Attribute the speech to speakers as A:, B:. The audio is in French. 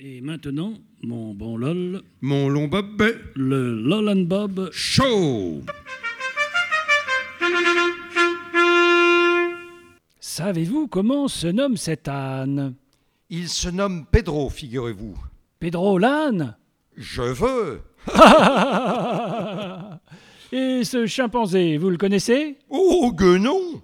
A: Et maintenant, mon bon LOL,
B: Mon long bob
A: le LOL and Bob.
B: chaud.
A: Savez-vous comment se nomme cet âne
B: Il se nomme Pedro, figurez-vous.
A: Pedro l'âne
B: Je veux.
A: Et ce chimpanzé, vous le connaissez
B: Oh, guenon